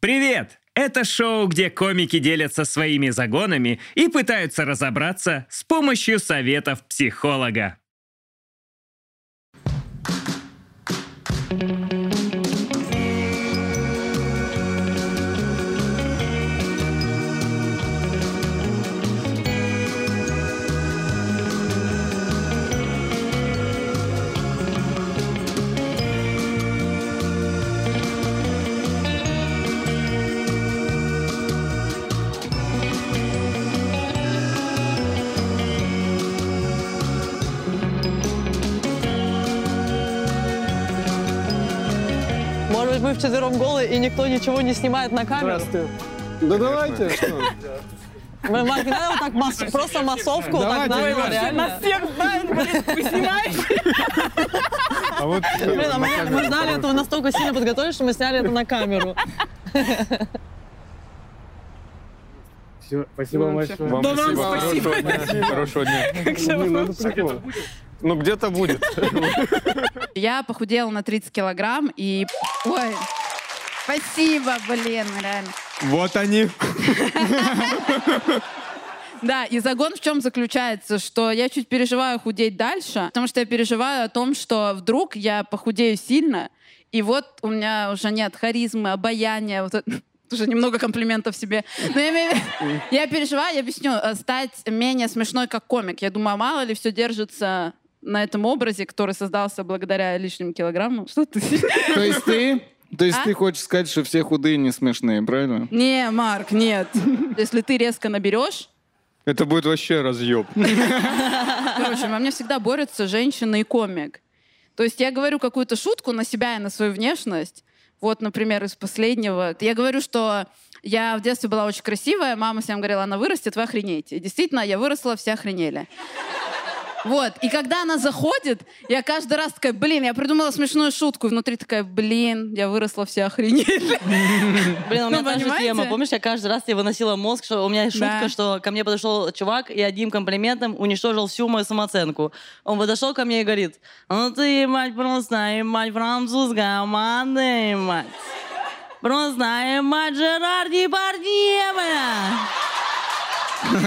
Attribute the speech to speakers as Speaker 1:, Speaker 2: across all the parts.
Speaker 1: Привет! Это шоу, где комики делятся своими загонами и пытаются разобраться с помощью советов психолога.
Speaker 2: Может быть, мы вчетвером голые, и никто ничего не снимает на камеру.
Speaker 3: Здравствуйте. Да давайте. что вы.
Speaker 2: Мы мы- не надо вот так масс- просто массовку, вот так
Speaker 3: Давайте,
Speaker 2: надо,
Speaker 3: ребят.
Speaker 2: реально.
Speaker 3: А вот
Speaker 2: Блин, а мы, мы ждали этого настолько сильно подготовились, что мы сняли это на камеру.
Speaker 4: Всё, Спасибо большое.
Speaker 5: Вам
Speaker 2: Да вам
Speaker 5: спасибо.
Speaker 2: спасибо.
Speaker 5: Хорошего дня. Хорошего дня.
Speaker 3: Блин, ну это прикол.
Speaker 5: Ну, где-то будет.
Speaker 6: Я похудела на 30 килограмм и... Ой, спасибо, блин, реально.
Speaker 5: Вот они.
Speaker 6: Да, и загон в чем заключается, что я чуть переживаю худеть дальше, потому что я переживаю о том, что вдруг я похудею сильно, и вот у меня уже нет харизмы, обаяния, вот это- уже немного комплиментов себе. Но я, имею в виду- я переживаю, я объясню, э, стать менее смешной как комик. Я думаю, а мало ли все держится на этом образе, который создался благодаря лишним килограммам. Что ты?
Speaker 7: То есть ты... То есть
Speaker 6: А?
Speaker 7: ты хочешь сказать, что все худые не смешные, правильно?
Speaker 6: Не, Марк, нет. Если ты резко наберешь,
Speaker 5: Это будет вообще разъеб.
Speaker 6: Короче, во мне всегда борются женщина и комик. То есть я говорю какую-то шутку на себя и на свою внешность. Вот, например, из последнего. Я говорю, что я в детстве была очень красивая, мама всем говорила, она вырастет, вы охренеете. И действительно, я выросла, все охренели. Вот, и когда она заходит, я каждый раз такая, блин, я придумала смешную шутку, и внутри такая, блин, я выросла, все охренели.
Speaker 2: Блин, у меня
Speaker 6: Ну,
Speaker 2: та же
Speaker 6: понимаете?
Speaker 2: тема. Помнишь, я каждый раз тебе выносила мозг, что у меня есть шутка,
Speaker 6: Да.
Speaker 2: что ко мне подошел чувак и одним комплиментом уничтожил всю мою самооценку. Он подошел ко мне и говорит, ну ты, мать, просто, и мать, французская команда, и мать. Просто, и мать, Жерар Депардье, бля.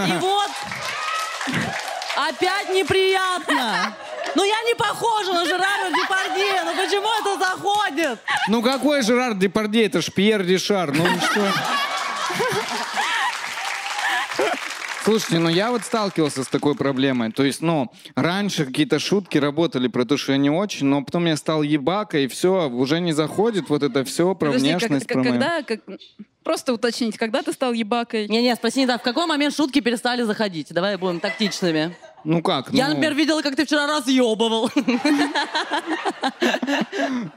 Speaker 2: И вот опять неприятно. Ну я не похожа на Жерара Депардье, ну почему это заходит?
Speaker 7: Ну какой Жерар Депардье? Это ж Пьер Ришар. Ну и что? Слушайте, ну я вот сталкивался с такой проблемой. То есть, ну, раньше какие-то шутки работали про то, что я не очень, но потом я стал ебака, и все, уже не заходит вот это все про
Speaker 6: Подожди, как-
Speaker 7: внешность,
Speaker 6: как-
Speaker 7: про мою.
Speaker 6: когда, как- просто уточнить, когда ты стал ебакой?
Speaker 2: Не-не, спроси не так. В какой момент шутки перестали заходить? Давай будем тактичными.
Speaker 7: Ну как?
Speaker 2: Я,
Speaker 7: ну,
Speaker 2: например, видела, как ты вчера разъебывал.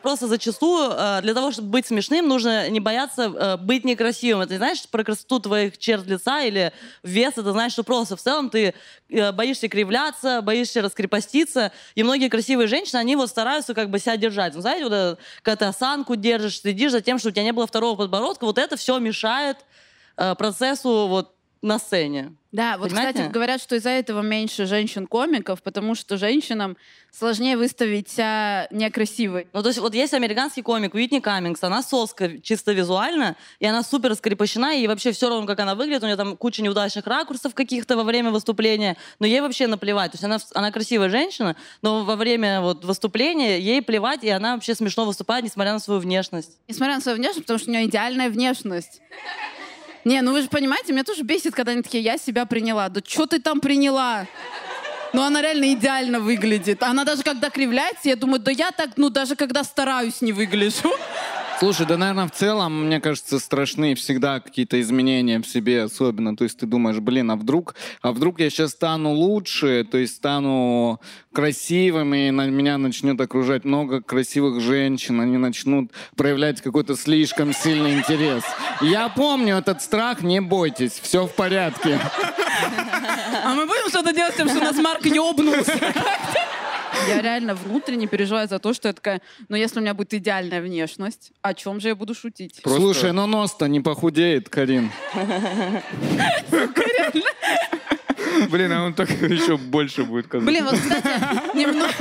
Speaker 2: Просто зачастую э, для того, чтобы быть смешным, нужно не бояться э, быть некрасивым. Это не знаешь про красоту твоих черт лица или вес. Это знаешь, что просто в целом ты э, боишься кривляться, боишься раскрепоститься. И многие красивые женщины, они вот стараются как бы себя держать. Ну, знаете, вот это, когда ты осанку держишь, следишь за тем, что у тебя не было второго подбородка, вот это все мешает э, процессу вот на сцене.
Speaker 6: Да, вот, кстати,
Speaker 2: Понимаете?
Speaker 6: говорят, что из-за этого меньше женщин-комиков, потому что женщинам сложнее выставить себя некрасивой.
Speaker 2: Ну, то есть вот есть американский комик Уитни Каммингс, она соска чисто визуально, и она супер скрепощена, и ей вообще все равно, как она выглядит, у нее там куча неудачных ракурсов каких-то во время выступления, но ей вообще наплевать. То есть она, вс- она красивая женщина, но во время вот выступления ей плевать, и она вообще смешно выступает, несмотря на свою внешность.
Speaker 6: Несмотря на свою внешность, потому что у нее идеальная внешность. Не, ну вы же понимаете, меня тоже бесит, когда они такие, я себя приняла. Да что ты там приняла? Ну она реально идеально выглядит. Она даже когда кривляется, я думаю, да я так, ну даже когда стараюсь, не выгляжу.
Speaker 7: Слушай, да, наверное, в целом, мне кажется, страшны всегда какие-то изменения в себе особенно. То есть ты думаешь, блин, а вдруг, а вдруг я сейчас стану лучше, то есть стану красивым, и на меня начнет окружать много красивых женщин, они начнут проявлять какой-то слишком сильный интерес. Я помню этот страх, не бойтесь, все в порядке.
Speaker 6: А мы будем что-то делать с тем, что нас Марк ёбнулся? Я реально внутренне переживаю за то, что я такая, но если у меня будет идеальная внешность, о чем же я буду шутить?
Speaker 5: Просто-
Speaker 7: Слушай, но нос-то не похудеет, Карин.
Speaker 5: Блин, а он так еще больше будет казаться.
Speaker 6: Блин, вот, кстати, немного...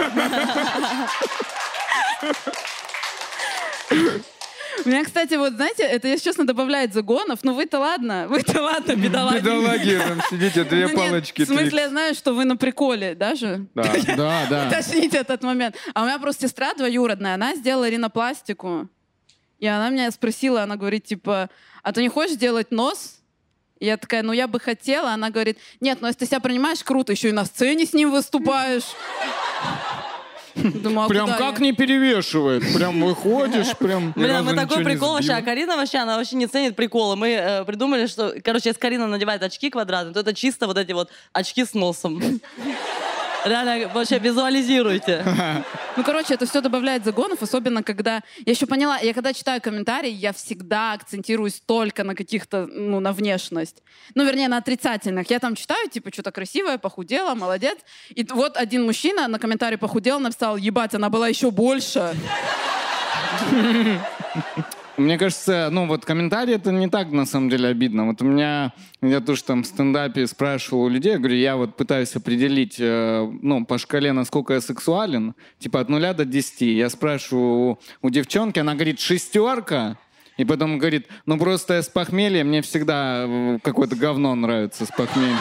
Speaker 6: У меня, кстати, вот, знаете, это, если честно, добавляет загонов. Ну вы-то ладно, вы-то ладно, бедолаги.
Speaker 5: Бедолаги, там сидите, две
Speaker 6: Ну нет,
Speaker 5: палочки.
Speaker 6: В смысле,
Speaker 5: три.
Speaker 6: я знаю, что вы на приколе даже.
Speaker 5: Да.
Speaker 7: Да, да.
Speaker 6: Уточните этот момент. А у меня просто сестра двоюродная, она сделала ринопластику. И она меня спросила, она говорит, типа, а ты не хочешь делать нос? И я такая, ну я бы хотела. Она говорит, нет, ну если ты себя принимаешь, круто, еще и на сцене с ним выступаешь. Думаю, а
Speaker 7: Прям
Speaker 6: куда
Speaker 7: как
Speaker 6: я?
Speaker 7: не перевешивает. Прям выходишь, прям... ни
Speaker 2: Блин,
Speaker 7: разу
Speaker 2: мы такой
Speaker 7: ничего не
Speaker 2: прикол вообще,
Speaker 7: сбил.
Speaker 2: а Карина вообще, она вообще не ценит приколы. Мы э, придумали, что, короче, если Карина надевает очки квадратные, то это чисто вот эти вот очки с носом. Реально, вообще визуализируйте.
Speaker 6: Ну, короче, это все добавляет загонов, особенно когда... Я еще поняла, я когда читаю комментарии, я всегда акцентируюсь только на каких-то, ну, на внешность. Ну, вернее, на отрицательных. Я там читаю, типа, что-то красивое, похудела, молодец. И т- вот один мужчина на комментарий похудел, написал, ебать, она была еще больше.
Speaker 7: Мне кажется, ну вот комментарии это не так на самом деле обидно. Вот у меня, я тоже там в стендапе спрашивал у людей, я говорю, я вот пытаюсь определить, э, ну, по шкале, насколько я сексуален, типа от нуля до десяти. Я спрашиваю у, у девчонки, она говорит, шестерка, и потом говорит, ну просто я с похмелья, мне всегда э, какое-то говно нравится с похмелья.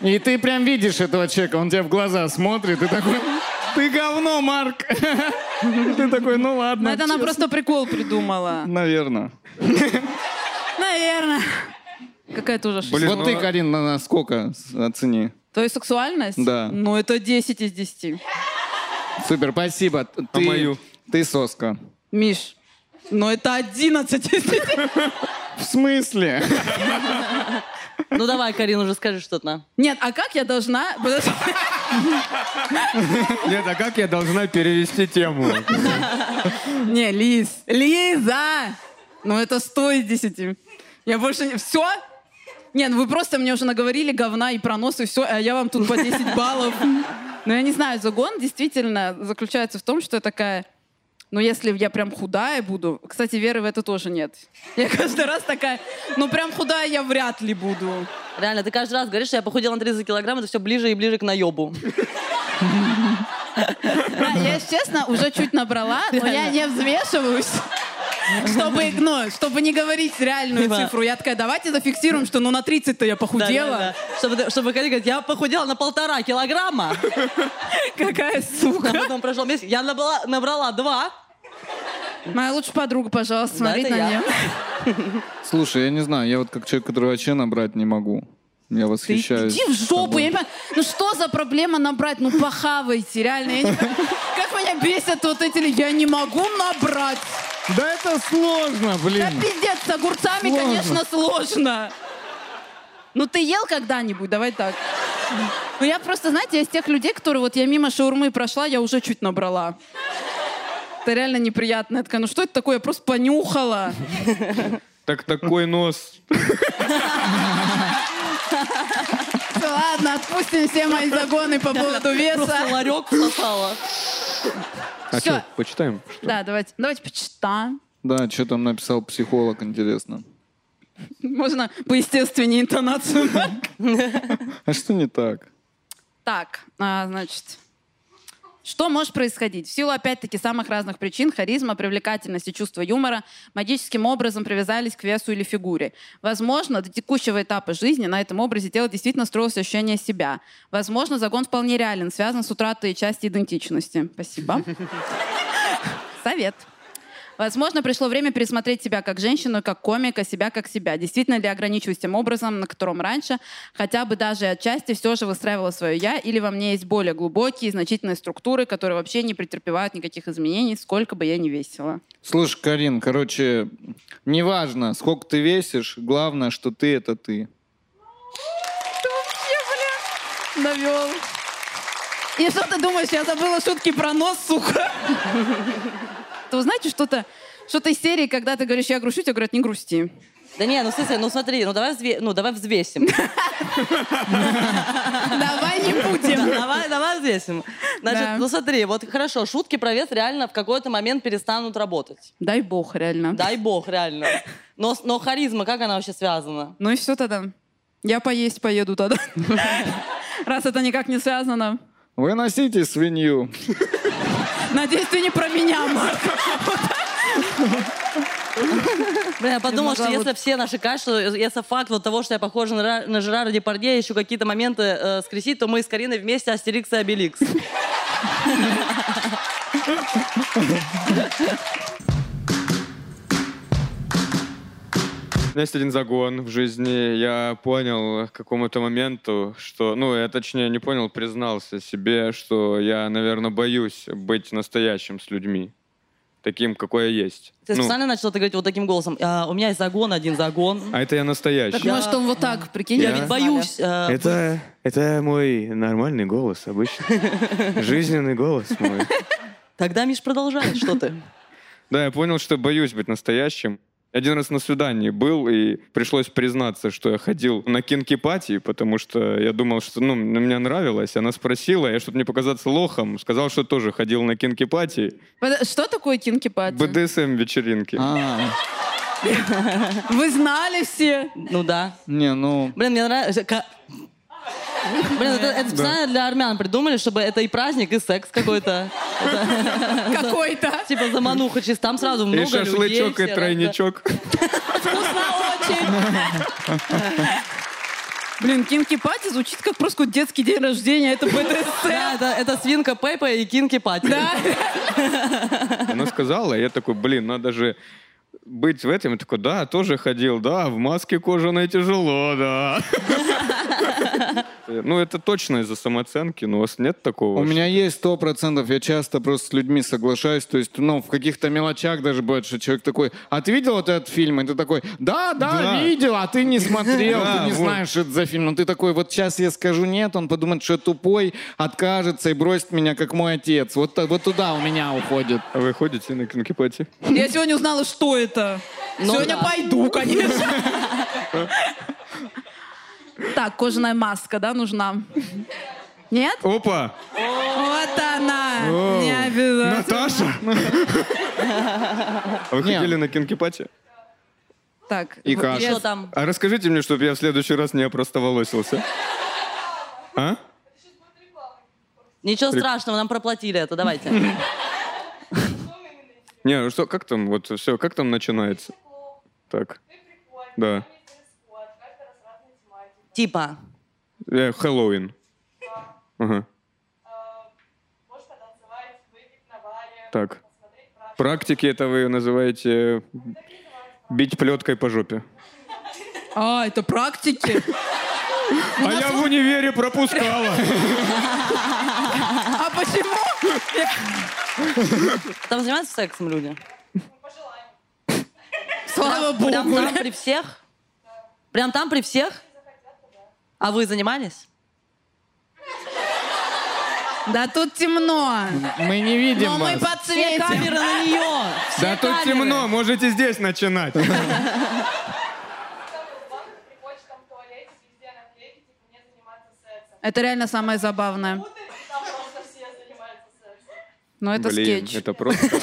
Speaker 7: И ты прям видишь этого человека, он тебе в глаза смотрит, и такой, ты говно, Марк. Ты такой, ну ладно.
Speaker 6: Но это она
Speaker 7: честно».
Speaker 6: просто прикол придумала.
Speaker 7: Наверное.
Speaker 6: Наверное. Какая-то ужас.
Speaker 5: Блин,
Speaker 7: вот
Speaker 5: ну
Speaker 7: ты,
Speaker 5: а-
Speaker 7: Карин, на на сколько с- оцени?
Speaker 6: Твою сексуальность?
Speaker 7: Да.
Speaker 6: Ну, это 10 из 10.
Speaker 7: Супер, спасибо. Т- Ты,
Speaker 5: мою?
Speaker 7: ты соска.
Speaker 6: Миш, ну это 11 из 10.
Speaker 7: В смысле?
Speaker 2: Ну давай, Карина, уже скажи что-то нам.
Speaker 6: Нет, а как я должна... Подожди.
Speaker 5: Нет, а как я должна перевести тему?
Speaker 6: Не, Лиз. Лиза! Ну это 100 из 10. Я больше... не- Все? Не, ну вы просто мне уже наговорили говна и про нос, и все, а я вам тут по 10 баллов. Ну я не знаю, загон действительно заключается в том, что я такая... Ну, если я прям худая буду... Кстати, веры в это тоже нет. Я каждый раз такая, ну, прям худая я вряд ли буду.
Speaker 2: Реально, ты каждый раз говоришь, что я похудела на 30 килограмм, это все ближе и ближе к наебу.
Speaker 6: Да, я, если честно, уже чуть набрала, но я не взвешиваюсь. Чтобы, ну, чтобы не говорить реальную
Speaker 2: Типа-
Speaker 6: цифру. Я такая, давайте зафиксируем, что ну на 30-то я похудела.
Speaker 2: Чтобы, ты- чтобы Карина говорит, я похудела на полтора килограмма,
Speaker 6: Какая
Speaker 2: а
Speaker 6: сука.
Speaker 2: потом прошел месяц, я набрала, набрала два.
Speaker 6: Моя лучшая подруга, пожалуйста,
Speaker 2: Да,
Speaker 6: смотри
Speaker 2: это
Speaker 6: на
Speaker 2: я.
Speaker 6: нее.
Speaker 7: Слушай, я не знаю, я вот как человек, который вообще набрать не могу. Я
Speaker 6: Ты
Speaker 7: восхищаюсь.
Speaker 6: иди в жопу,
Speaker 7: тобой.
Speaker 6: я не понимаю. Ну что за проблема набрать? Ну похавайте, реально. Я не понимаю. Как меня бесят вот эти... ли- Я не могу набрать.
Speaker 7: Да это сложно,
Speaker 6: Да
Speaker 7: блин.
Speaker 6: пиздец, с огурцами,
Speaker 7: Сложно.
Speaker 6: конечно, сложно. Ну ты ел когда-нибудь, давай так. Ну я просто, знаете, я из тех людей, которые вот я мимо шаурмы прошла, я уже чуть набрала. Это реально неприятно. Я такая, ну что это такое? Я просто понюхала.
Speaker 5: Так такой нос.
Speaker 6: Всё, Ладно, отпустим все мои загоны по поводу
Speaker 2: Просто
Speaker 6: веса.
Speaker 2: ларек всосала.
Speaker 5: А
Speaker 6: Всё.
Speaker 5: что, почитаем?
Speaker 6: Да, давайте, давайте почитаем.
Speaker 7: Да, что там написал психолог, интересно.
Speaker 6: Можно поестественнее интонацию.
Speaker 7: А что не так?
Speaker 6: Так, а, значит, что может происходить? В силу, опять-таки, самых разных причин харизма, привлекательность и чувство юмора магическим образом привязались к весу или фигуре. Возможно, до текущего этапа жизни на этом образе тела действительно строилось ощущение себя. Возможно, загон вполне реален, связан с утратой части идентичности. Спасибо. Совет. Возможно, пришло время пересмотреть себя как женщину, как комика, себя как себя. Действительно ли я ограничиваюсь тем образом, на котором раньше хотя бы даже отчасти все же выстраивала свое «я», или во мне есть более глубокие и значительные структуры, которые вообще не претерпевают никаких изменений, сколько бы я ни весила.
Speaker 7: Слушай, Карин, короче, неважно, сколько ты весишь, главное, что ты — это ты.
Speaker 6: Навел. И что ты думаешь, я забыла шутки про нос, сука? То знаете, что-то что-то из серии, когда ты говоришь, я грущу, тебе говорят, не грусти.
Speaker 2: Да не, ну в смысле, ну смотри, ну давай, взве- ну, давай взвесим.
Speaker 6: Давай не будем.
Speaker 2: Да, Давай, давай взвесим. Значит,
Speaker 6: Да.
Speaker 2: ну смотри, вот хорошо, шутки про вес реально в какой-то момент перестанут работать.
Speaker 6: Дай бог, реально.
Speaker 2: Дай бог, реально. Но, с- но харизма, как она вообще связана?
Speaker 6: Ну и все тогда. Я поесть поеду тогда. Раз это никак не связано.
Speaker 7: Выносите свинью.
Speaker 6: Надеюсь, ты не про меня, Марк. Вот так.
Speaker 2: Блин, я подумал, что
Speaker 6: могла вот-
Speaker 2: если все наши каши, если факт вот того, что я похожа на, Ра- на Жерара Депардье, еще какие-то моменты э, скрестить, то мы с Кариной вместе Астерикс и Обеликс.
Speaker 5: У меня есть один загон в жизни. Я понял к какому-то моменту, что... Ну, я точнее не понял, признался себе, что я, наверное, боюсь быть настоящим с людьми. Таким, какой я есть.
Speaker 2: Ты
Speaker 5: Ну,
Speaker 2: специально начала это говорить вот таким голосом. «А, у меня есть загон, один загон.
Speaker 5: а это я настоящий.
Speaker 6: Так может он вот так, прикинь,
Speaker 5: Я
Speaker 6: не
Speaker 5: ведь
Speaker 6: знали.
Speaker 2: Боюсь. э,
Speaker 5: Это, это мой нормальный голос обычный. Жизненный голос мой.
Speaker 2: Тогда, Миш, продолжай, что ты.
Speaker 5: Да, я понял, что боюсь быть настоящим. Один раз на свидании был, и пришлось признаться, что я ходил на кинки-пати, потому что я думал, что ну, на меня нравилось. Она спросила, я, чтобы не показаться лохом, сказал, что тоже ходил на кинки-пати.
Speaker 6: Под- Что такое кинки-пати?
Speaker 5: БДСМ-вечеринки.
Speaker 7: А,
Speaker 6: Вы знали все?
Speaker 2: Ну да.
Speaker 7: не, ну...
Speaker 2: Блин, мне нравится... ка- Блин, это, это специально для армян придумали, чтобы это и праздник, и секс какой-то.
Speaker 6: Какой-то.
Speaker 2: Типа замануха чисто. Там сразу много
Speaker 5: и
Speaker 2: людей.
Speaker 5: шашлычок,
Speaker 2: все
Speaker 5: и
Speaker 2: разные.
Speaker 5: тройничок.
Speaker 6: Вкусно очень. Блин, кинки-пати звучит как просто какой-то детский день рождения. Это
Speaker 2: Да,
Speaker 6: БДСМ.
Speaker 2: это, это свинка Пеппа и кинки Пати.
Speaker 6: Да.
Speaker 5: Она сказала, и я такой, блин, надо же быть в этом. Я такой, да, тоже ходил, да, в маске кожаной тяжело, да. Ну, это точно из-за самооценки, но у вас нет такого?
Speaker 7: У
Speaker 5: что-
Speaker 7: меня есть сто процентов, я часто просто с людьми соглашаюсь, то есть, ну, в каких-то мелочах даже бывает, что человек такой, а ты видел вот этот фильм? И ты такой, да, да,
Speaker 5: Да.
Speaker 7: видел, а ты не смотрел,
Speaker 5: Да,
Speaker 7: ты не
Speaker 5: вот.
Speaker 7: знаешь, что это за фильм. Ну, ты такой, вот сейчас я скажу нет, он подумает, что я тупой, откажется и бросит меня, как мой отец. Вот, та- вот туда у меня уходит.
Speaker 5: А вы ходите на кинкипати?
Speaker 6: Я сегодня узнала, что это.
Speaker 2: Ну
Speaker 6: сегодня
Speaker 2: да.
Speaker 6: пойду, конечно. Так, кожаная маска, да, нужна? Нет?
Speaker 5: Опа!
Speaker 6: Вот она.
Speaker 5: Оу.
Speaker 6: Не обязательно.
Speaker 5: Наташа! А Вы
Speaker 7: Не.
Speaker 5: ходили на кинкипати?
Speaker 6: Так.
Speaker 7: И
Speaker 6: вот
Speaker 7: как?
Speaker 6: я-
Speaker 2: Что там?
Speaker 5: А расскажите мне, чтобы я в следующий раз не опростоволосился. А?
Speaker 2: Ничего
Speaker 5: Прик-
Speaker 2: страшного, нам проплатили это, давайте.
Speaker 5: Не, ну что, как там, вот все, как там начинается? Так. Да.
Speaker 2: Типа.
Speaker 5: Э, Хэллоуин. Ага. Так. Практики это вы называете бить плеткой по жопе.
Speaker 6: А, это практики.
Speaker 5: А я в универе пропускала.
Speaker 6: А почему?
Speaker 2: Там занимаются сексом люди?
Speaker 6: Слава
Speaker 2: Прям
Speaker 6: богу.
Speaker 2: там при всех? Прям там при всех? А вы занимались?
Speaker 6: Да тут темно.
Speaker 7: Мы не видим
Speaker 6: Но мы
Speaker 7: вас.
Speaker 2: Все
Speaker 6: подсветим.
Speaker 2: камеры на нее! Все
Speaker 5: Да тут
Speaker 2: камеры.
Speaker 5: темно, А, можете здесь начинать.
Speaker 6: Это реально самое забавное. Но это
Speaker 5: Блин,
Speaker 6: скетч.
Speaker 5: это просто...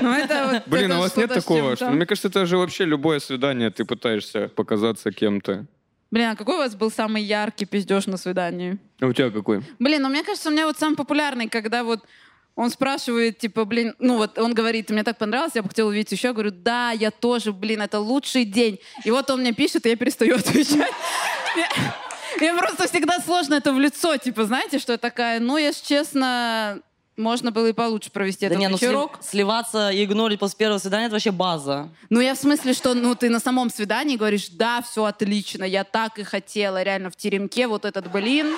Speaker 6: Ну, это вот-
Speaker 5: Блин,
Speaker 6: это
Speaker 5: а у вас нет
Speaker 6: что-то с
Speaker 5: такого?
Speaker 6: чем-то.
Speaker 5: что- Мне кажется, это же вообще любое свидание, ты пытаешься показаться кем-то.
Speaker 6: Блин, а какой у вас был самый яркий пиздеж на свидании?
Speaker 5: А у тебя какой?
Speaker 6: Блин, ну мне кажется, у меня вот самый популярный, когда вот он спрашивает, типа, блин, ну вот он говорит, мне так понравилось, я бы хотела увидеть еще. Я говорю, да, я тоже, блин, это лучший день. И вот он мне пишет, и я перестаю отвечать. Мне- Мне просто всегда сложно это в лицо, типа, знаете, что я такая, ну, если честно, можно было и получше провести
Speaker 2: Да
Speaker 6: этот
Speaker 2: не, ну сли-
Speaker 6: вечерок.
Speaker 2: сливаться и игнорить после первого свидания, это вообще база.
Speaker 6: Ну, я в смысле, что ну ты на самом свидании говоришь, да, все отлично, я так и хотела, реально в теремке вот этот блин.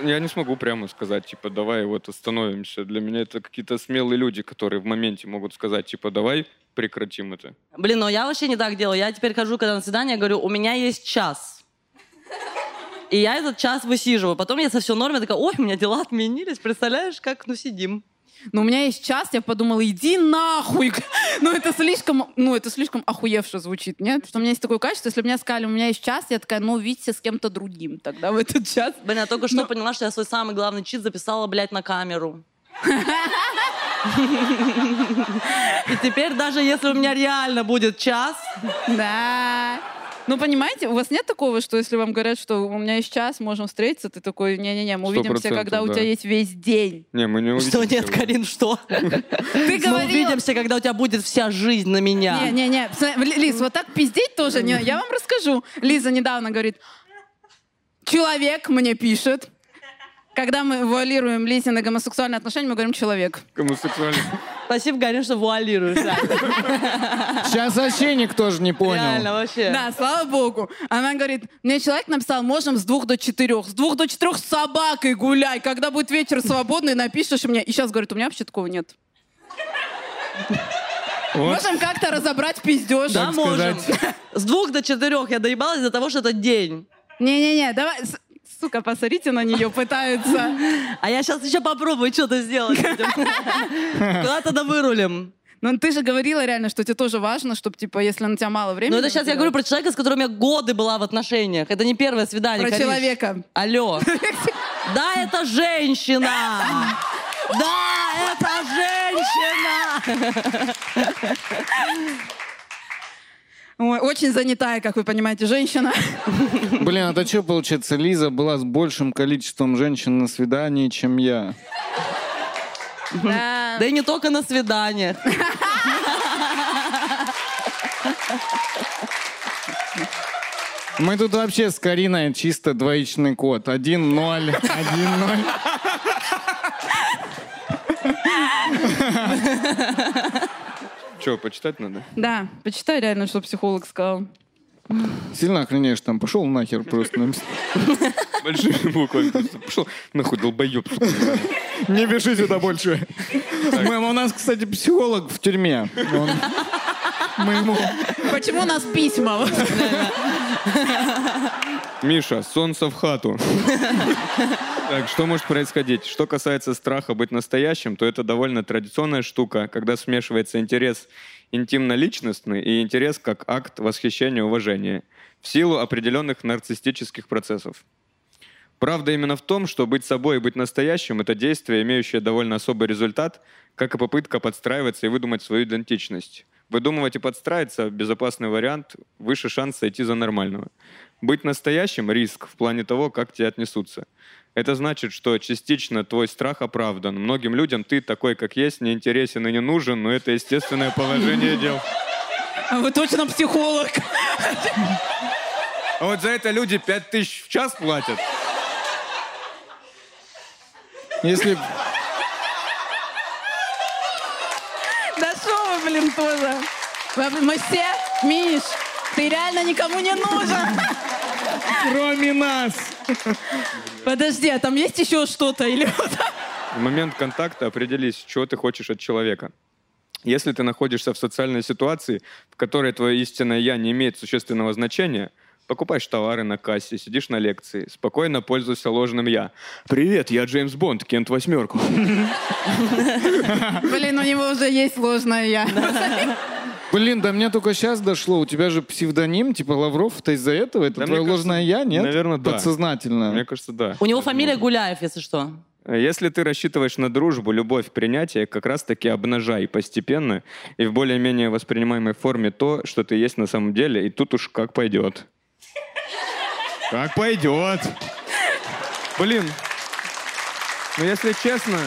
Speaker 5: Я не смогу прямо сказать, типа, давай вот остановимся. Для меня это какие-то смелые люди, которые в моменте могут сказать, типа, давай прекратим это.
Speaker 2: Блин, но я вообще не так делаю. Я теперь хожу, когда на свидание, говорю, у меня есть час. И я этот час высиживаю. Потом, если все норм, я такая, ой, у меня дела отменились, представляешь, как, ну, сидим.
Speaker 6: Но у меня есть час, я подумала, иди нахуй. Ну это слишком, ну это слишком охуевше звучит, нет? Что у меня есть такое качество, если бы мне сказали, у меня есть час, я такая, ну видите с кем-то другим тогда в этот час.
Speaker 2: Блин, я только что поняла, что я свой самый главный чит записала, блядь, на камеру. И теперь даже если у меня реально будет час,
Speaker 6: Да. Ну, понимаете, у вас нет такого, что если вам говорят, что у меня есть час, можем встретиться, ты такой, не-не-не, мы
Speaker 5: Сто
Speaker 6: увидимся,
Speaker 5: процентов,
Speaker 6: когда у
Speaker 5: да.
Speaker 6: тебя есть весь день.
Speaker 5: Не, мы не увидим.
Speaker 2: Что нет, Карин, что?
Speaker 6: Ты
Speaker 2: Мы
Speaker 6: говорила...
Speaker 2: увидимся, когда у тебя будет вся жизнь на меня.
Speaker 6: Не-не-не, пс- Ли- Лиз, вот так пиздеть тоже не... Я вам расскажу. Лиза недавно говорит, человек мне пишет. Когда мы вуалируем Лизины гомосексуальные отношения, мы говорим «человек».
Speaker 5: Гомосексуальность.
Speaker 2: Спасибо, Карин, что вуалируешь. да.
Speaker 7: Сейчас вообще никто же не
Speaker 2: Реально,
Speaker 7: понял.
Speaker 2: вообще.
Speaker 6: Да, слава богу. Она говорит, мне человек написал, можем с двух до четырех. С двух до четырех с собакой гуляй. Когда будет вечер свободный, напишешь мне. И сейчас говорит, у меня вообще такого нет.
Speaker 5: Вот.
Speaker 6: Можем как-то разобрать пиздеж.
Speaker 2: Да, А можем. С двух до четырех я доебалась из-за того, что это день.
Speaker 6: Не-не-не, давай, с- сука, посмотрите на нее, пытаются.
Speaker 2: А я сейчас еще попробую что-то сделать. с этим. Куда-то да вырулим.
Speaker 6: Ну, ты же говорила реально, что тебе тоже важно, чтобы, типа, если на тебя мало времени...
Speaker 2: Ну это сейчас я говорю про человека, с которым я годы была в отношениях. Это не первое свидание.
Speaker 6: Про
Speaker 2: Кариш.
Speaker 6: человека.
Speaker 2: Алло. Да, это женщина. Да, это женщина.
Speaker 6: Ой, очень занятая, как вы понимаете, женщина.
Speaker 7: Блин, а то что получается? Лиза была с большим количеством женщин на свидании, чем я.
Speaker 6: Да.
Speaker 2: Да и не только на свиданиях.
Speaker 7: Мы тут вообще с Кариной чисто двоичный код. 1-0, 1-0.
Speaker 5: Че, почитать надо?
Speaker 6: Да, почитай реально, что психолог сказал.
Speaker 7: Сильно охренеешь там. Пошел нахер просто.
Speaker 5: Большими буквами. просто. Пошел нахуй, долбоеб. сука.
Speaker 7: Не пиши сюда больше. Мэм, у нас, кстати, психолог в тюрьме. Он- Мы ему...
Speaker 6: Почему у нас письма?
Speaker 5: Миша, солнце в хату. Так, что может происходить? Что касается страха быть настоящим, то это довольно традиционная штука, когда смешивается интерес интимно-личностный и интерес как акт восхищения и уважения в силу определенных нарциссических процессов. Правда именно в том, что быть собой и быть настоящим — это действие, имеющее довольно особый результат, как и попытка подстраиваться и выдумать свою идентичность. Выдумывать и подстраиваться — безопасный вариант, выше шанс сойти за нормального. Быть настоящим — риск в плане того, как к тебе отнесутся. Это значит, что частично твой страх оправдан. Многим людям ты такой, как есть, не интересен и не нужен, но это естественное положение дел.
Speaker 6: А вы точно психолог.
Speaker 5: А вот за это люди 5000 в час платят.
Speaker 7: Если...
Speaker 6: Да что вы, блин, тоже? Вы- Мы все, Миш, ты реально никому не нужен.
Speaker 7: Кроме нас!
Speaker 6: Подожди, а там есть еще что-то? Или вот так?
Speaker 5: В момент контакта определись, чего ты хочешь от человека. Если ты находишься в социальной ситуации, в которой твое истинное «я» не имеет существенного значения, покупаешь товары на кассе, сидишь на лекции, спокойно пользуйся ложным «я». «Привет, я Джеймс Бонд, Кент восьмерку».
Speaker 6: Блин, у него уже есть ложное я.
Speaker 7: Блин, да мне только сейчас дошло. У тебя же псевдоним, типа Лавров, это из-за этого? Это
Speaker 5: Да,
Speaker 7: твое
Speaker 5: мне
Speaker 7: ложное я, нет?
Speaker 5: наверно, да.
Speaker 7: Подсознательно.
Speaker 5: Мне кажется, да.
Speaker 2: У него фамилия Гуляев, если что.
Speaker 5: Э, Если ты рассчитываешь на дружбу, любовь, принятие, как раз-таки обнажай постепенно и в более-менее воспринимаемой форме то, что ты есть на самом деле, и тут уж как пойдет. Как пойдет. Блин, ну если честно,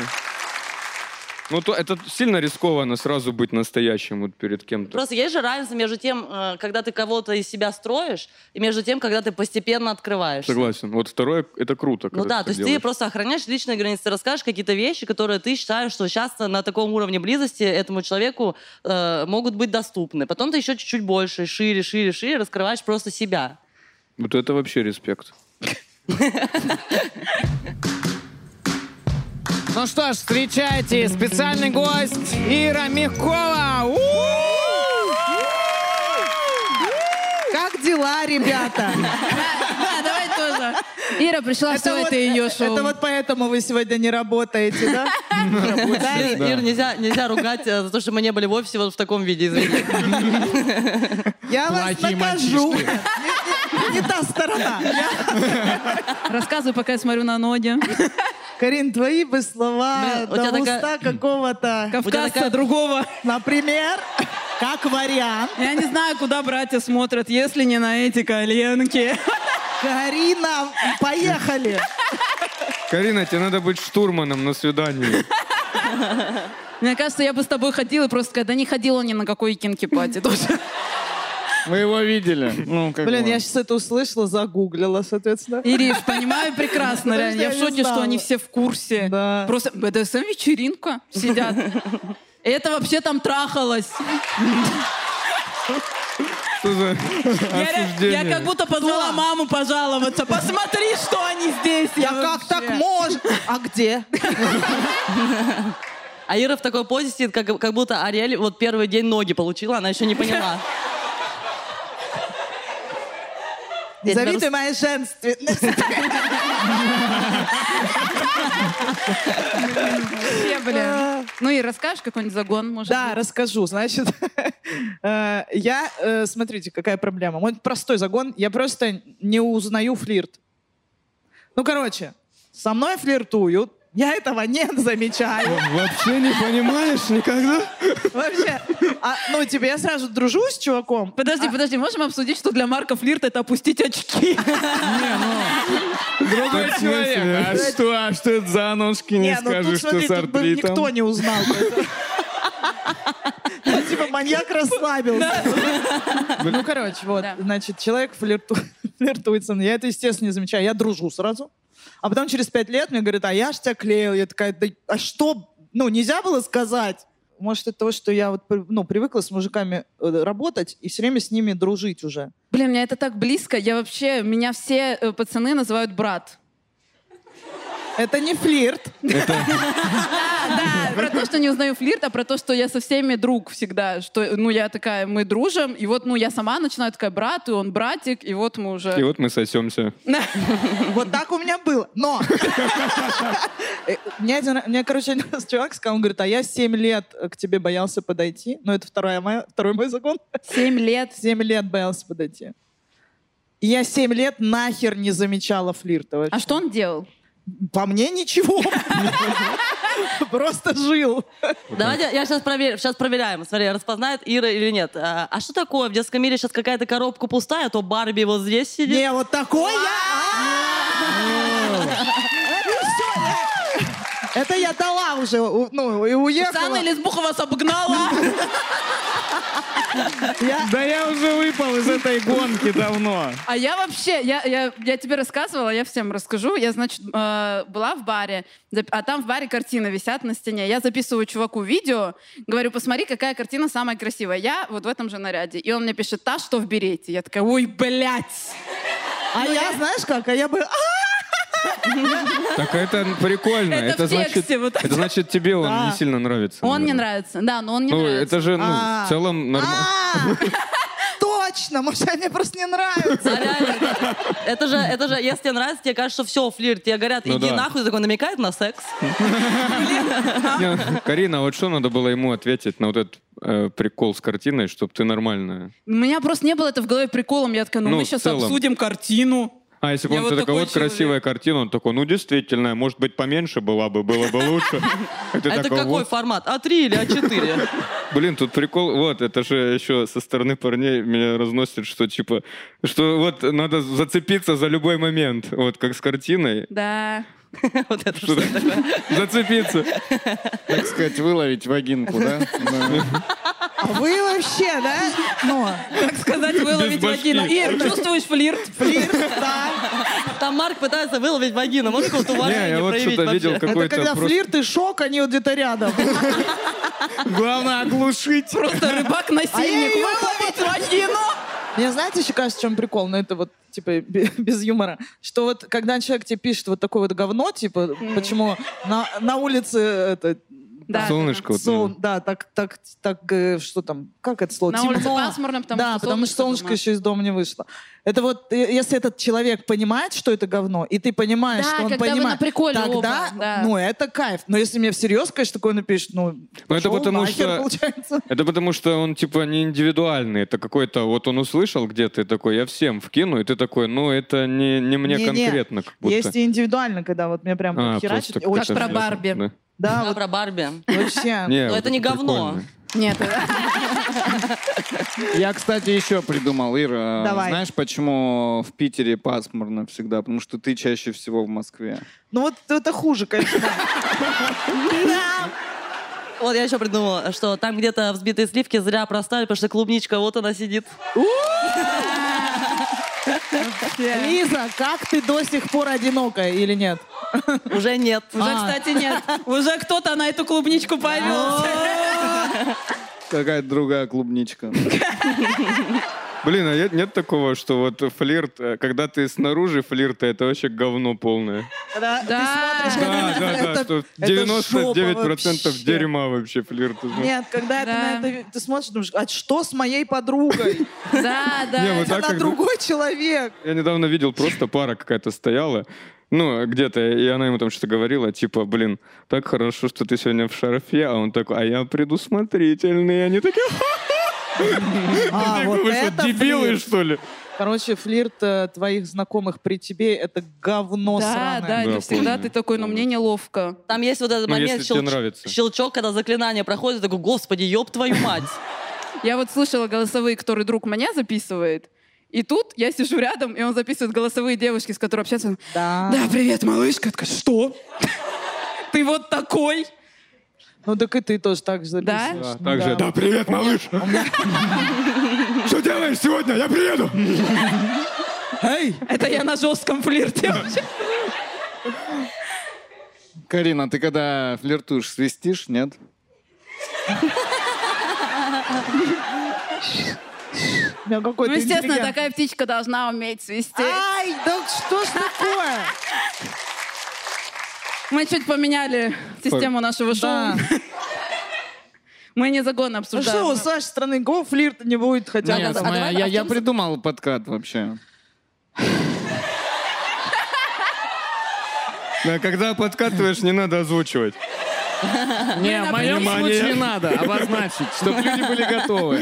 Speaker 5: ну то это сильно рискованно сразу быть настоящим вот перед кем-то.
Speaker 2: Просто есть же разница между тем, э, когда ты кого-то из себя строишь, и между тем, когда ты постепенно открываешься.
Speaker 5: Согласен. Вот второе, это круто.
Speaker 2: Ну да,
Speaker 5: когда так
Speaker 2: то есть ты
Speaker 5: делаешь.
Speaker 2: просто охраняешь личные границы, ты расскажешь какие-то вещи, которые ты считаешь, что сейчас на таком уровне близости этому человеку э, могут быть доступны. Потом ты еще чуть-чуть больше, шире, шире, шире раскрываешь просто себя.
Speaker 5: Вот это вообще респект.
Speaker 7: Ну что ж, встречайте, специальный гость Ира Мягкова. У!
Speaker 8: Как дела, ребята?
Speaker 6: Да, давай тоже. Ира пришла, что
Speaker 8: вот- э,
Speaker 6: это ее шоу.
Speaker 8: А Это вот поэтому вы сегодня не работаете, да?
Speaker 2: Да, Ир, Ир, нельзя, нельзя ругать э, за то, что мы не были в офисе вот в таком виде, извини.
Speaker 8: Я вас
Speaker 7: Плохие
Speaker 8: накажу. Не- не- Не та сторона. Я-
Speaker 6: Рассказывай, пока я смотрю на ноги.
Speaker 8: Карин, твои бы слова
Speaker 2: Блин, у
Speaker 8: до
Speaker 2: тебя такая-
Speaker 8: уста какого-то,
Speaker 2: такая-
Speaker 6: Кавказца другого.
Speaker 8: например, Как вариант.
Speaker 6: Я не знаю, куда братья смотрят, если не на эти коленки.
Speaker 8: Карина, поехали.
Speaker 5: Карина, тебе надо быть штурманом на свидании.
Speaker 6: Мне кажется, я бы с тобой ходила, и просто когда не ходила ни на какой кинки-пати тоже.
Speaker 7: Вы его видели. Ну, как
Speaker 8: Блин,
Speaker 7: бы.
Speaker 8: я сейчас это услышала, загуглила, соответственно.
Speaker 6: Ириш, понимаю прекрасно,
Speaker 8: Потому
Speaker 6: реально.
Speaker 8: что
Speaker 6: Я в
Speaker 8: я не
Speaker 6: шоке, что
Speaker 8: знала.
Speaker 6: они все в курсе.
Speaker 8: Да.
Speaker 6: Просто БДСМ вечеринка сидят. Это вообще там трахалось.
Speaker 5: Что за
Speaker 6: Я, ре- я
Speaker 5: осуждение?
Speaker 6: как будто позвала маму пожаловаться. Посмотри, что они здесь. Я
Speaker 8: Да как
Speaker 6: вообще-
Speaker 8: так можно? А где?
Speaker 2: А Ира в такой позе сидит, как, как будто Ариэль вот первый день ноги получила, она еще не поняла. Я тебя
Speaker 8: Завидуй моей женственности.
Speaker 6: Вообще, блин. Ну и расскажешь какой-нибудь загон, может
Speaker 8: Да,
Speaker 6: быть?
Speaker 8: расскажу. Значит, э, я, э, смотрите, какая проблема. Мой простой загон, я просто не узнаю флирт. Ну, короче, со мной флиртуют, я этого не замечаю.
Speaker 5: Вообще не понимаешь никогда?
Speaker 8: Вообще, а, ну, типа, я сразу дружу с чуваком.
Speaker 6: Подожди, подожди, можем обсудить, что для Марка флирт это опустить очки?
Speaker 7: Другой
Speaker 5: Так, в смысле?
Speaker 7: человек. А что, а что это за ножки? Не
Speaker 8: ну,
Speaker 7: скажешь, что с
Speaker 8: смотри, тут бы
Speaker 7: артритом.
Speaker 8: никто не узнал. бы это. Ну, Типа маньяк расслабился. Ну, короче, вот,
Speaker 6: Да.
Speaker 8: значит, человек флирту- флиртует со мной. Я это, естественно, не замечаю. Я дружу сразу. А потом через пять лет мне говорят, а я ж тебя клеил. Я такая, да а что? Ну, нельзя было сказать. Может, это то, что я вот, при- ну, привыкла с мужиками э, работать и все время с ними дружить уже.
Speaker 6: Блин, мне это так близко. Я вообще, меня все э, пацаны называют брат.
Speaker 8: Это не флирт.
Speaker 6: Да, про то, что не узнаю флирт, а про то, что я со всеми друг всегда. Что, ну, я такая, мы дружим, и вот, ну, я сама начинаю такая, брат, и он братик, и вот мы уже...
Speaker 5: И вот мы сосемся.
Speaker 8: Вот так у меня было. Но! Э, Мне, один, ра- мне, короче, один раз чувак сказал, он говорит, а я 7 лет э, к тебе боялся подойти. Ну, это вторая моя, второй мой закон.
Speaker 6: Семь лет.
Speaker 8: 7 лет боялся подойти. И я 7 лет нахер не замечала флирта. вообще.
Speaker 6: А что он делал?
Speaker 8: По мне ничего. Просто жил.
Speaker 2: Давайте, я сейчас проверю, сейчас проверяем. Смотри, распознает Ира или нет. А, а что такое? В детском мире сейчас какая-то коробка пустая, а то Барби вот здесь сидит.
Speaker 8: Не, вот такой я... Это всё, я- Это я дала уже, у- ну, и
Speaker 6: Оксана
Speaker 8: уехала.
Speaker 6: Лесбуха вас обгнала.
Speaker 8: Я-
Speaker 7: Да я уже выпал из этой гонки давно.
Speaker 6: А я вообще, я, я, я тебе рассказывала, я всем расскажу. Я, значит, э, была в баре, зап- а там в баре картины висят на стене. Я записываю чуваку видео, говорю, посмотри, какая картина самая красивая. Я вот в этом же наряде. И он мне пишет, та, что в берете. Я такая, ой, блядь.
Speaker 8: А я, знаешь как, а я бы...
Speaker 5: Так это прикольно.
Speaker 6: Это в
Speaker 5: значит,
Speaker 6: тексте вот
Speaker 5: это значит, тебе он
Speaker 8: Да.
Speaker 5: не сильно нравится.
Speaker 6: Он мне
Speaker 5: наверное.
Speaker 6: нравится. Да, но он не
Speaker 5: Ну,
Speaker 6: нравится.
Speaker 5: это же, ну,
Speaker 8: А.
Speaker 5: в целом нормально.
Speaker 8: А, Точно, может, они просто не нравятся.
Speaker 2: А реально, это же, это же, если тебе нравится, тебе кажется, что все, флирт. Тебе говорят,
Speaker 5: Ну
Speaker 2: иди
Speaker 5: да.
Speaker 2: нахуй, ты такой намекает на секс.
Speaker 6: А.
Speaker 5: Не, Карина, вот что надо было ему ответить на вот этот э, прикол с картиной, чтобы ты нормальная.
Speaker 6: У меня просто не было это в голове приколом. Я такая, ну,
Speaker 5: Ну,
Speaker 6: мы
Speaker 5: в
Speaker 6: сейчас
Speaker 5: целом.
Speaker 6: обсудим картину.
Speaker 5: А если бы
Speaker 6: Я
Speaker 5: он
Speaker 6: вот
Speaker 5: такой,
Speaker 6: такой
Speaker 5: вот красивая картина, он такой, ну действительно, может быть поменьше была бы, было бы лучше. И
Speaker 6: А
Speaker 5: ты
Speaker 2: А это
Speaker 5: такой,
Speaker 2: какой
Speaker 5: «Вот,
Speaker 2: формат? А3 или А А4?
Speaker 5: Блин, тут прикол, вот, это же еще со стороны парней меня разносит, что типа, что вот надо зацепиться за любой момент, вот как с картиной,
Speaker 6: Да.
Speaker 2: Вот это что такое?
Speaker 5: зацепиться.
Speaker 7: Так сказать, выловить вагинку, да? Ну,
Speaker 8: А вы вообще, да? Ну,
Speaker 6: Как сказать, выловить
Speaker 5: Без башки.
Speaker 6: вагину. Ир, чувствуешь флирт?
Speaker 8: флирт, да.
Speaker 2: Там Марк пытается выловить вагину. Может, какое-то
Speaker 5: Не, я
Speaker 2: уважение
Speaker 5: вот
Speaker 2: проявить
Speaker 5: что-то видел
Speaker 2: вообще?
Speaker 8: Это
Speaker 5: какой-то
Speaker 8: когда
Speaker 5: просто-
Speaker 8: флирт и шок, они вот где-то рядом.
Speaker 7: Главное оглушить.
Speaker 6: Просто рыбак-насильник. Выловить вагину.
Speaker 8: Мне знаете еще кажется, в чем прикол? Ну, это вот, типа, бе- без юмора. Что вот, когда человек тебе пишет вот такое вот говно, типа, почему на, на улице э, это...
Speaker 6: Да.
Speaker 5: Солнышко. вот,
Speaker 8: сол- да, так, так, так, э, что там, как это слово?
Speaker 6: На
Speaker 8: Темно.
Speaker 6: улице пасмурно, потому
Speaker 8: да,
Speaker 6: что
Speaker 8: потому что
Speaker 6: солнышко
Speaker 8: солнышко
Speaker 6: дома.
Speaker 8: еще из дома не вышло. Это вот, э, если этот человек понимает, что это говно, и ты понимаешь,
Speaker 6: Да,
Speaker 8: что он
Speaker 6: когда вы на
Speaker 8: понимает,
Speaker 6: приколе
Speaker 8: тогда,
Speaker 6: оба, да.
Speaker 8: ну, это кайф. Но если мне всерьез, конечно, такое напишешь, ну,
Speaker 5: Ну, это
Speaker 8: пошел
Speaker 5: потому
Speaker 8: нахер,
Speaker 5: что-
Speaker 8: получается.
Speaker 5: Это потому что он типа не индивидуальный, это какой-то вот он услышал где-то и такой, я всем вкину, и ты такой, ну это не, не мне
Speaker 8: Не-не.
Speaker 5: конкретно. Как будто.
Speaker 8: Есть и индивидуально, когда вот мне прям
Speaker 5: А,
Speaker 8: херачит.
Speaker 5: просто
Speaker 8: очень-
Speaker 5: какой-то
Speaker 6: про
Speaker 5: флирт,
Speaker 6: Барби.
Speaker 5: да.
Speaker 8: Да,
Speaker 2: Да,
Speaker 8: вот
Speaker 2: А про Барби.
Speaker 8: вообще.
Speaker 5: Не,
Speaker 2: Но
Speaker 5: вот
Speaker 2: это не говно.
Speaker 5: прикольно.
Speaker 6: Нет.
Speaker 7: Я, кстати, еще придумал, Ира.
Speaker 8: Давай.
Speaker 7: Знаешь, почему в Питере пасмурно всегда? Потому что ты чаще всего в Москве.
Speaker 8: Ну вот это хуже, конечно.
Speaker 2: Вот я еще придумала, что там где-то взбитые сливки зря простали, потому что клубничка, вот она сидит.
Speaker 8: Лиза, как ты до сих пор одинокая или нет?
Speaker 2: Уже нет.
Speaker 6: Уже,
Speaker 8: А.
Speaker 6: кстати, нет. Уже кто-то на эту клубничку повелся.
Speaker 7: Какая-то другая клубничка.
Speaker 5: Блин, а я- нет такого, что вот флирт, э, когда ты снаружи флирта, это вообще говно полное.
Speaker 8: Когда ты
Speaker 6: Да.
Speaker 8: смотришь,
Speaker 5: А, Да,
Speaker 8: когда-
Speaker 5: да, да,
Speaker 8: это-
Speaker 5: что
Speaker 8: это жопа
Speaker 5: 99%
Speaker 8: вообще.
Speaker 5: дерьма вообще флирт. Не,
Speaker 8: Нет, когда это
Speaker 6: Да.
Speaker 8: на это ви- ты смотришь, думаешь, а что с моей подругой?
Speaker 6: Да, да.
Speaker 5: вот так
Speaker 8: Она
Speaker 5: как
Speaker 8: другой человек.
Speaker 5: Я недавно видел, просто пара какая-то стояла, ну, где-то, и она ему там что-то говорила, типа, блин, так хорошо, что ты сегодня в шарфе, а он такой, а я предусмотрительный, и они такие,
Speaker 8: А,
Speaker 5: «Ха, вы что, дебилы,
Speaker 8: флирт.
Speaker 5: что ли?
Speaker 8: Короче, флирт э, твоих знакомых при тебе — это говно
Speaker 6: Да,
Speaker 8: сраное.
Speaker 6: да,
Speaker 5: Да,
Speaker 6: это всегда
Speaker 5: помню,
Speaker 6: ты такой, ну
Speaker 5: помню.
Speaker 6: мне неловко.
Speaker 2: Там есть вот этот
Speaker 5: Ну,
Speaker 2: момент,
Speaker 5: если тебе
Speaker 2: щелч-
Speaker 5: нравится.
Speaker 2: щелчок, когда заклинание проходит, такой, господи, ёб твою мать.
Speaker 6: Я вот слышала голосовые, которые друг меня записывает. И тут я сижу рядом, и он записывает голосовые девушки, с которыми общается.
Speaker 8: Да.
Speaker 6: Да, привет, малышка. Я такая, что? Ты вот такой?
Speaker 8: Ну так и ты тоже так же
Speaker 6: Да?
Speaker 8: записываешь. Ну
Speaker 5: Так же,
Speaker 8: да.
Speaker 5: да, привет, малыш! Что делаешь сегодня? Я приеду!
Speaker 6: Это я на жестком флирте
Speaker 8: Ну,
Speaker 6: Ну, вообще.
Speaker 7: Карина, ты когда флиртуешь, свистишь, нет?
Speaker 8: У меня какой-то
Speaker 6: Ну, естественно,
Speaker 8: интеллигент.
Speaker 6: такая птичка должна уметь свести.
Speaker 8: Ай, да что ж такое?
Speaker 6: Мы чуть поменяли систему нашего шоу.
Speaker 8: Да.
Speaker 6: Мы не загон
Speaker 8: Ну что, у
Speaker 6: обсуждаем.
Speaker 8: Саши страны го флирта не будет хотя бы.
Speaker 7: Нет,
Speaker 8: там.
Speaker 7: мы-
Speaker 6: давай,
Speaker 7: я,
Speaker 6: а в
Speaker 7: я
Speaker 6: чем-
Speaker 7: придумал подкат вообще.
Speaker 5: Когда подкатываешь, не надо озвучивать.
Speaker 7: Не, в моем
Speaker 5: Внимание.
Speaker 7: случае надо обозначить, чтобы люди были готовы.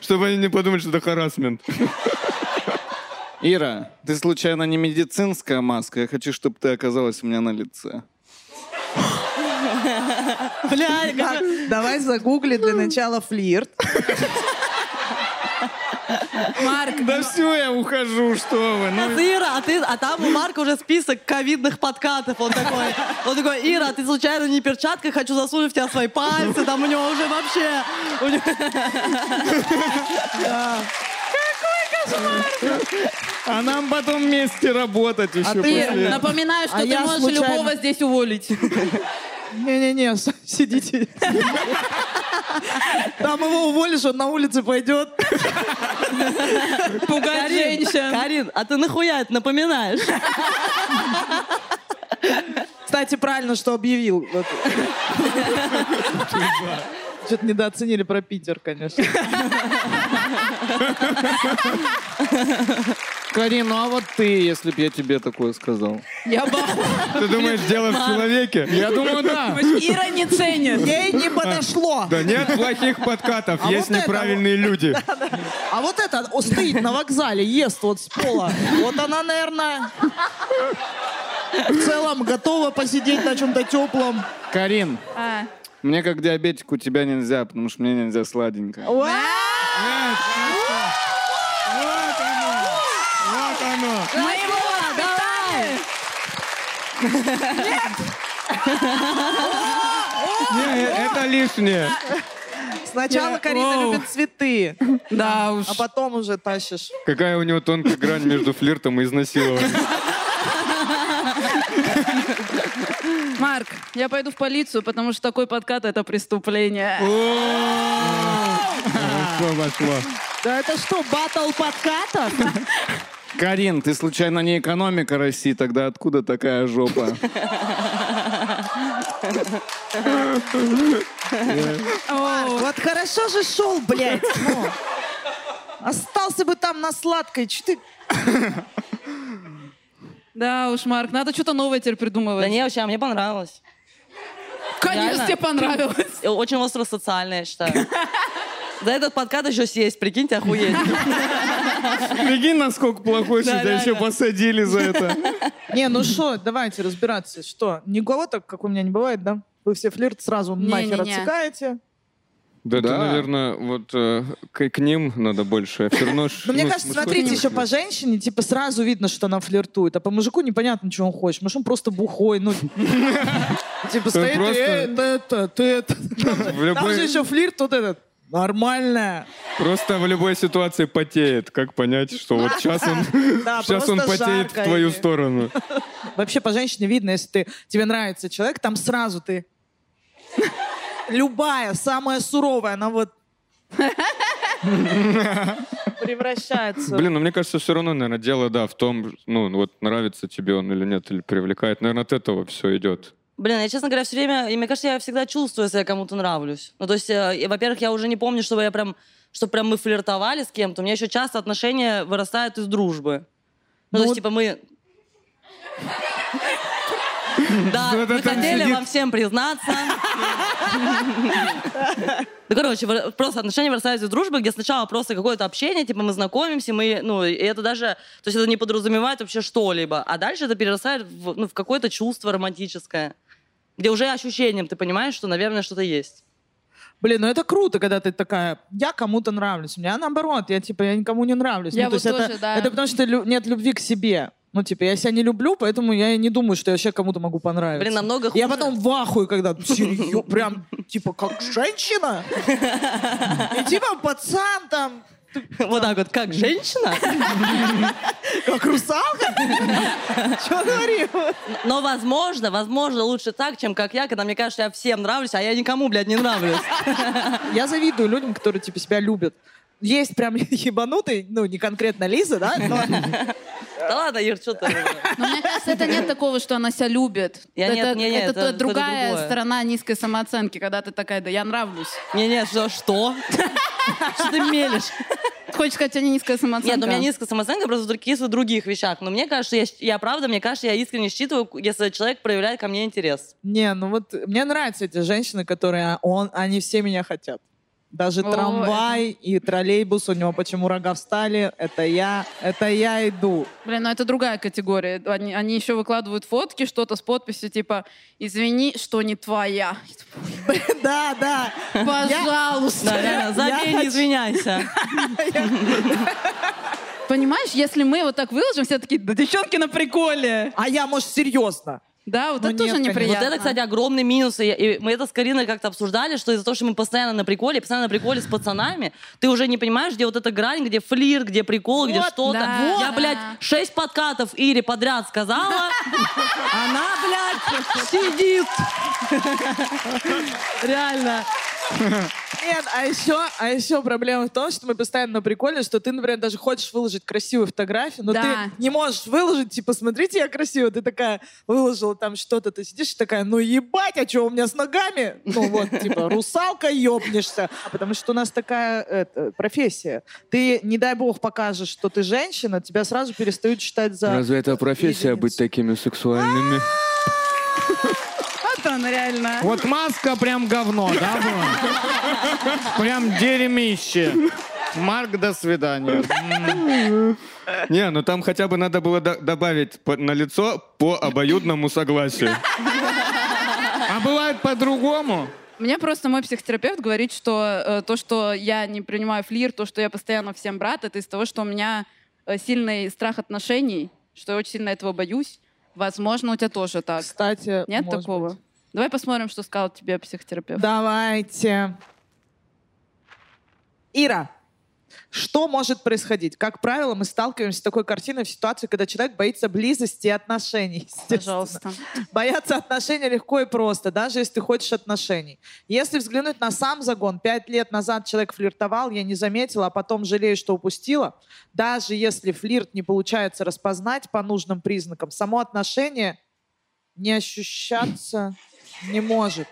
Speaker 5: Чтобы они не подумали, что это харасмент.
Speaker 7: Ира, ты случайно не медицинская маска? Я хочу, чтобы ты оказалась у меня на лице.
Speaker 8: Бля, как? Давай загугли для
Speaker 6: Ну,
Speaker 8: начала флирт.
Speaker 6: Марк,
Speaker 7: Да все, я ухожу, что вы.
Speaker 2: Сейчас,
Speaker 5: Ну,
Speaker 2: Ира, а, ты, а там у Марка уже список ковидных подкатов. Он такой, он такой, Ира, а ты случайно не в перчатках, хочу засунуть в тебя свои пальцы, там у него уже вообще... у него-
Speaker 7: А нам потом вместе работать еще
Speaker 8: ты-
Speaker 6: ты-
Speaker 7: после.
Speaker 6: напоминаю, что
Speaker 8: А
Speaker 6: ты
Speaker 8: я
Speaker 6: можешь
Speaker 8: случайно-
Speaker 6: любого здесь уволить.
Speaker 8: Не-не-не, с- сидите. Там его уволишь, он на улице пойдет.
Speaker 6: Пугать женщин.
Speaker 2: Карин, а ты нахуя это напоминаешь?
Speaker 8: Кстати, правильно, что объявил. Вот. Что-то недооценили про Питер, конечно.
Speaker 7: Карин, ну а вот ты, если бы я тебе такое сказал.
Speaker 6: Я баху.
Speaker 5: Ты думаешь, дело в человеке?
Speaker 7: Я думаю, да.
Speaker 6: Ира не ценит.
Speaker 8: Ей не подошло.
Speaker 5: Да нет плохих подкатов,
Speaker 8: А
Speaker 5: есть
Speaker 8: вот это
Speaker 5: неправильные люди.
Speaker 8: А вот это о, стоит на вокзале, ест вот с пола. Вот она, наверное, в целом готова посидеть на чем-то теплом.
Speaker 7: Карин,
Speaker 6: А.
Speaker 7: мне как диабетику тебя нельзя, потому что мне нельзя сладенькое.
Speaker 5: Вот оно.
Speaker 6: Мы его воспитали.
Speaker 5: Не, Э, это лишнее.
Speaker 8: Сначала Карина любит цветы,
Speaker 6: Да уж.
Speaker 8: а потом уже тащишь.
Speaker 5: Какая у него тонкая грань между флиртом и изнасилованием.
Speaker 6: Марк, я пойду в полицию, потому что такой подкат — это преступление.
Speaker 5: Хорошо вошло.
Speaker 8: Да это что, батл подкатов?
Speaker 7: Карин, ты случайно не экономика России, тогда откуда такая жопа?
Speaker 8: Вот хорошо же шел, блядь. ну. Остался бы там на сладкой. Че ты
Speaker 6: Да уж, Марк, надо что-то новое теперь придумывать.
Speaker 2: Да не, вообще, а мне понравилось.
Speaker 6: Конечно,
Speaker 2: реально.
Speaker 6: тебе понравилось.
Speaker 2: Очень остро социальное, я считаю. За этот подкат еще сесть, прикиньте, охуеть.
Speaker 7: Прикинь, насколько плохой, что
Speaker 2: Да,
Speaker 7: тебя еще
Speaker 2: реально.
Speaker 7: посадили за это.
Speaker 8: Не, ну что, давайте разбираться. а Что, никого так, как у меня не бывает, да? Вы все флирт сразу нахер
Speaker 6: Не-не-не.
Speaker 8: отсекаете.
Speaker 5: Да, это,
Speaker 7: Да.
Speaker 5: наверное, вот э, к, к ним надо больше. Все равно ж,
Speaker 8: Ну, мне
Speaker 5: ну,
Speaker 8: кажется,
Speaker 5: мужской
Speaker 8: смотрите,
Speaker 5: мир.
Speaker 8: еще по женщине, типа, сразу видно, что она флиртует, а по мужику непонятно, чего он хочет. Может, он просто бухой, ну... Типа, стоит,
Speaker 5: просто-
Speaker 8: «Э, это, это, ты это...
Speaker 5: В
Speaker 8: Там
Speaker 5: любой-
Speaker 8: же еще флирт вот этот. Нормальная.
Speaker 5: Просто в любой ситуации потеет. Как понять, что вот сейчас он,
Speaker 8: Да,
Speaker 5: сейчас он
Speaker 8: просто
Speaker 5: потеет в
Speaker 8: жарко
Speaker 5: твою
Speaker 8: или-
Speaker 5: сторону.
Speaker 8: Вообще по женщине видно, если ты, тебе нравится человек, там сразу ты... Любая, самая суровая, она вот... Превращается.
Speaker 5: Блин, ну мне кажется, все равно, наверное, дело, да, в том, ну, вот нравится тебе он или нет, или привлекает. Наверное, от этого все идет.
Speaker 2: Блин, я, честно говоря, все время, и мне кажется, я всегда чувствую, если я кому-то нравлюсь. Ну, то есть, э, и, во-первых, я уже не помню, чтобы я прям, что прям мы флиртовали с кем-то. У меня еще часто отношения вырастают из дружбы. Ну, то
Speaker 8: Ну
Speaker 2: есть,
Speaker 8: вот-
Speaker 2: типа, мы... Да,
Speaker 5: Кто-то
Speaker 2: мы
Speaker 5: там
Speaker 2: хотели
Speaker 5: сидит.
Speaker 2: вам всем признаться. Ну, короче, вы- просто отношения вырастают из дружбы, где сначала просто какое-то общение, типа мы знакомимся, мы, ну, и это даже, то есть это не подразумевает вообще что-либо, а дальше это перерастает в, ну, в какое-то чувство романтическое, где уже ощущением ты понимаешь, что, наверное, что-то есть.
Speaker 8: Блин, ну это круто, когда ты такая, я кому-то нравлюсь. У меня наоборот, я типа, я никому не нравлюсь.
Speaker 6: Я
Speaker 8: Ну, то
Speaker 6: вот
Speaker 8: есть это,
Speaker 6: тоже, да.
Speaker 8: это потому что лю- нет любви к себе. Ну, типа, я себя не люблю, поэтому я и не думаю, что я вообще кому-то могу понравиться.
Speaker 2: Блин, намного
Speaker 8: Я
Speaker 2: хуже.
Speaker 8: потом в ахуе, когда серьё- прям, типа, как женщина. И типа, пацан там,
Speaker 2: Вот так вот, как женщина.
Speaker 8: как русалка. Че говорил?
Speaker 2: Но, возможно, возможно, лучше так, чем как я, когда мне кажется, что я всем нравлюсь, а я никому, блядь, не нравлюсь.
Speaker 8: Я завидую людям, которые, типа, себя любят. Есть прям ебанутый, ну, не конкретно Лиза, да, но
Speaker 2: Да ладно, Ир, что ты?
Speaker 6: Но мне кажется, это нет такого, что она себя любит.
Speaker 2: Я-
Speaker 6: это
Speaker 2: нет, не- не,
Speaker 6: это
Speaker 2: это-
Speaker 6: та
Speaker 2: это
Speaker 6: другая
Speaker 2: другое.
Speaker 6: сторона низкой самооценки, когда ты такая, да я нравлюсь.
Speaker 2: Не, не, что? Что Что ты мелешь?
Speaker 6: Хочешь сказать, у тебя не низкая самооценка?
Speaker 2: Нет, ну у меня низкая самооценка просто в других, в других вещах. Но мне кажется, я, щ- я правда, мне кажется, я искренне считываю, если человек проявляет ко мне интерес.
Speaker 8: Не, ну вот мне нравятся эти женщины, которые а, он, они все меня хотят. Даже
Speaker 6: О,
Speaker 8: трамвай и троллейбус у него почему рога встали, это я, это я иду.
Speaker 6: Блин, ну это другая категория. Они, они еще выкладывают фотки, что-то с подписью типа «Извини, что не твоя».
Speaker 8: Да, да.
Speaker 6: Пожалуйста.
Speaker 2: Да, реально,
Speaker 8: Я
Speaker 2: забей, не
Speaker 8: хочу-
Speaker 2: извиняйся.
Speaker 6: Понимаешь, если мы вот так выложим, все такие, да девчонки на приколе.
Speaker 8: А я, может, серьезно.
Speaker 6: Да, вот это
Speaker 8: Ну нет,
Speaker 6: тоже
Speaker 8: конечно.
Speaker 6: неприятно.
Speaker 2: Вот это, кстати, огромный минус. И, и мы это с Кариной как-то обсуждали, что из-за того, что мы постоянно на приколе, постоянно на приколе с пацанами, ты уже не понимаешь, где вот эта грань, где флир, где прикол, где
Speaker 8: Вот,
Speaker 2: что-то.
Speaker 6: да,
Speaker 2: Я,
Speaker 6: да.
Speaker 2: блядь, шесть подкатов Ире подряд сказала. Она, блядь, сидит. Реально.
Speaker 8: Нет, а еще, а еще проблема в том, что мы постоянно на приколе, что ты, например, даже хочешь выложить красивую фотографию, но
Speaker 6: Да.
Speaker 8: ты не можешь выложить, типа, смотрите, я красивая. Ты такая выложила там что-то, ты сидишь и такая, ну ебать, а что у меня с ногами? Ну вот, типа, русалка ёбнешься. А Потому что у нас такая это, профессия. Ты, не дай бог, покажешь, что ты женщина, тебя сразу перестают считать за...
Speaker 5: это
Speaker 8: профессия, быть
Speaker 5: такими сексуальными?
Speaker 6: Вот он реально.
Speaker 7: Вот маска прям говно, да, было? Прям дерьмище. Марк, до свидания.
Speaker 5: Не, ну там хотя бы надо было до- добавить по- на лицо по обоюдному согласию.
Speaker 7: А бывает по-другому?
Speaker 6: Мне просто мой психотерапевт говорит, что э, то, что я не принимаю флир, то, что я постоянно всем брат, это из того, что у меня э, сильный страх отношений, что я очень сильно этого боюсь. Возможно, у тебя тоже так.
Speaker 8: Кстати,
Speaker 6: Нет
Speaker 8: может
Speaker 6: такого?
Speaker 8: быть.
Speaker 6: Давай посмотрим, что сказал тебе психотерапевт.
Speaker 8: Давайте. Ира, что может происходить? Как правило, мы сталкиваемся с такой картиной в ситуации, когда человек боится близости и отношений. естественно.
Speaker 6: Пожалуйста.
Speaker 8: Бояться отношений легко и просто, даже если ты хочешь отношений. Если взглянуть на сам загон, пять лет назад человек флиртовал, я не заметила, а потом жалею, что упустила. Даже если флирт не получается распознать по нужным признакам, само отношение не ощущаться не может.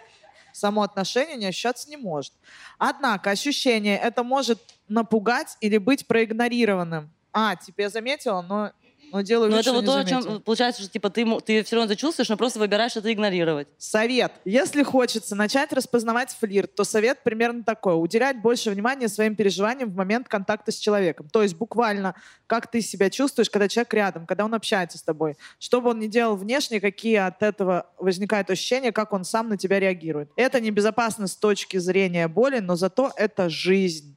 Speaker 8: Само отношение не ощущаться не может. Однако ощущение это может напугать или быть проигнорированным. А, теперь я заметила, но но делаю
Speaker 2: Но
Speaker 8: вид,
Speaker 2: Ну, это
Speaker 8: что
Speaker 2: вот
Speaker 8: не
Speaker 2: то, о чем
Speaker 8: заметила.
Speaker 2: э, получается, что типа ты, му- ты все равно это чувствуешь, но просто выбираешь это игнорировать.
Speaker 8: Совет. Если хочется начать распознавать флирт, то совет примерно такой. Уделять больше внимания своим переживаниям в момент контакта с человеком. То есть буквально, как ты себя чувствуешь, когда человек рядом, когда он общается с тобой. Что бы он ни делал внешне, какие от этого возникают ощущения, как он сам на тебя реагирует. Это небезопасно с точки зрения боли, но зато это жизнь.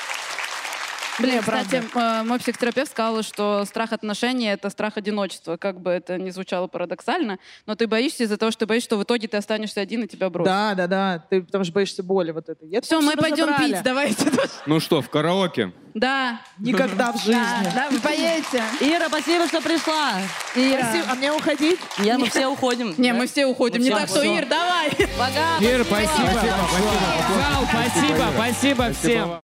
Speaker 6: Блин,
Speaker 8: Не,
Speaker 6: кстати, э, мой психотерапевт сказал, что страх отношений — это страх одиночества. Как бы это ни звучало парадоксально, но ты боишься из-за того, что ты боишься, что в итоге ты останешься один и тебя бросят.
Speaker 8: Да, да, да. Ты потому что боишься боли вот этой. Это
Speaker 6: Все,
Speaker 8: всё
Speaker 6: мы пойдем
Speaker 8: разобрали.
Speaker 6: пить, давайте.
Speaker 5: Ну что, в караоке?
Speaker 6: Да,
Speaker 8: Никогда в
Speaker 6: да,
Speaker 8: жизни.
Speaker 6: да, вы поедете.
Speaker 2: Ира, спасибо, что пришла.
Speaker 6: Ира.
Speaker 8: Спасибо. А мне уходить?
Speaker 2: Я, мы все уходим.
Speaker 6: Не,
Speaker 2: Да?
Speaker 6: мы все уходим. Не
Speaker 2: все
Speaker 6: так, что,
Speaker 2: уходим.
Speaker 6: Ир, давай.
Speaker 2: Пока.
Speaker 9: Ир, спасибо. Зал, спасибо, спасибо всем.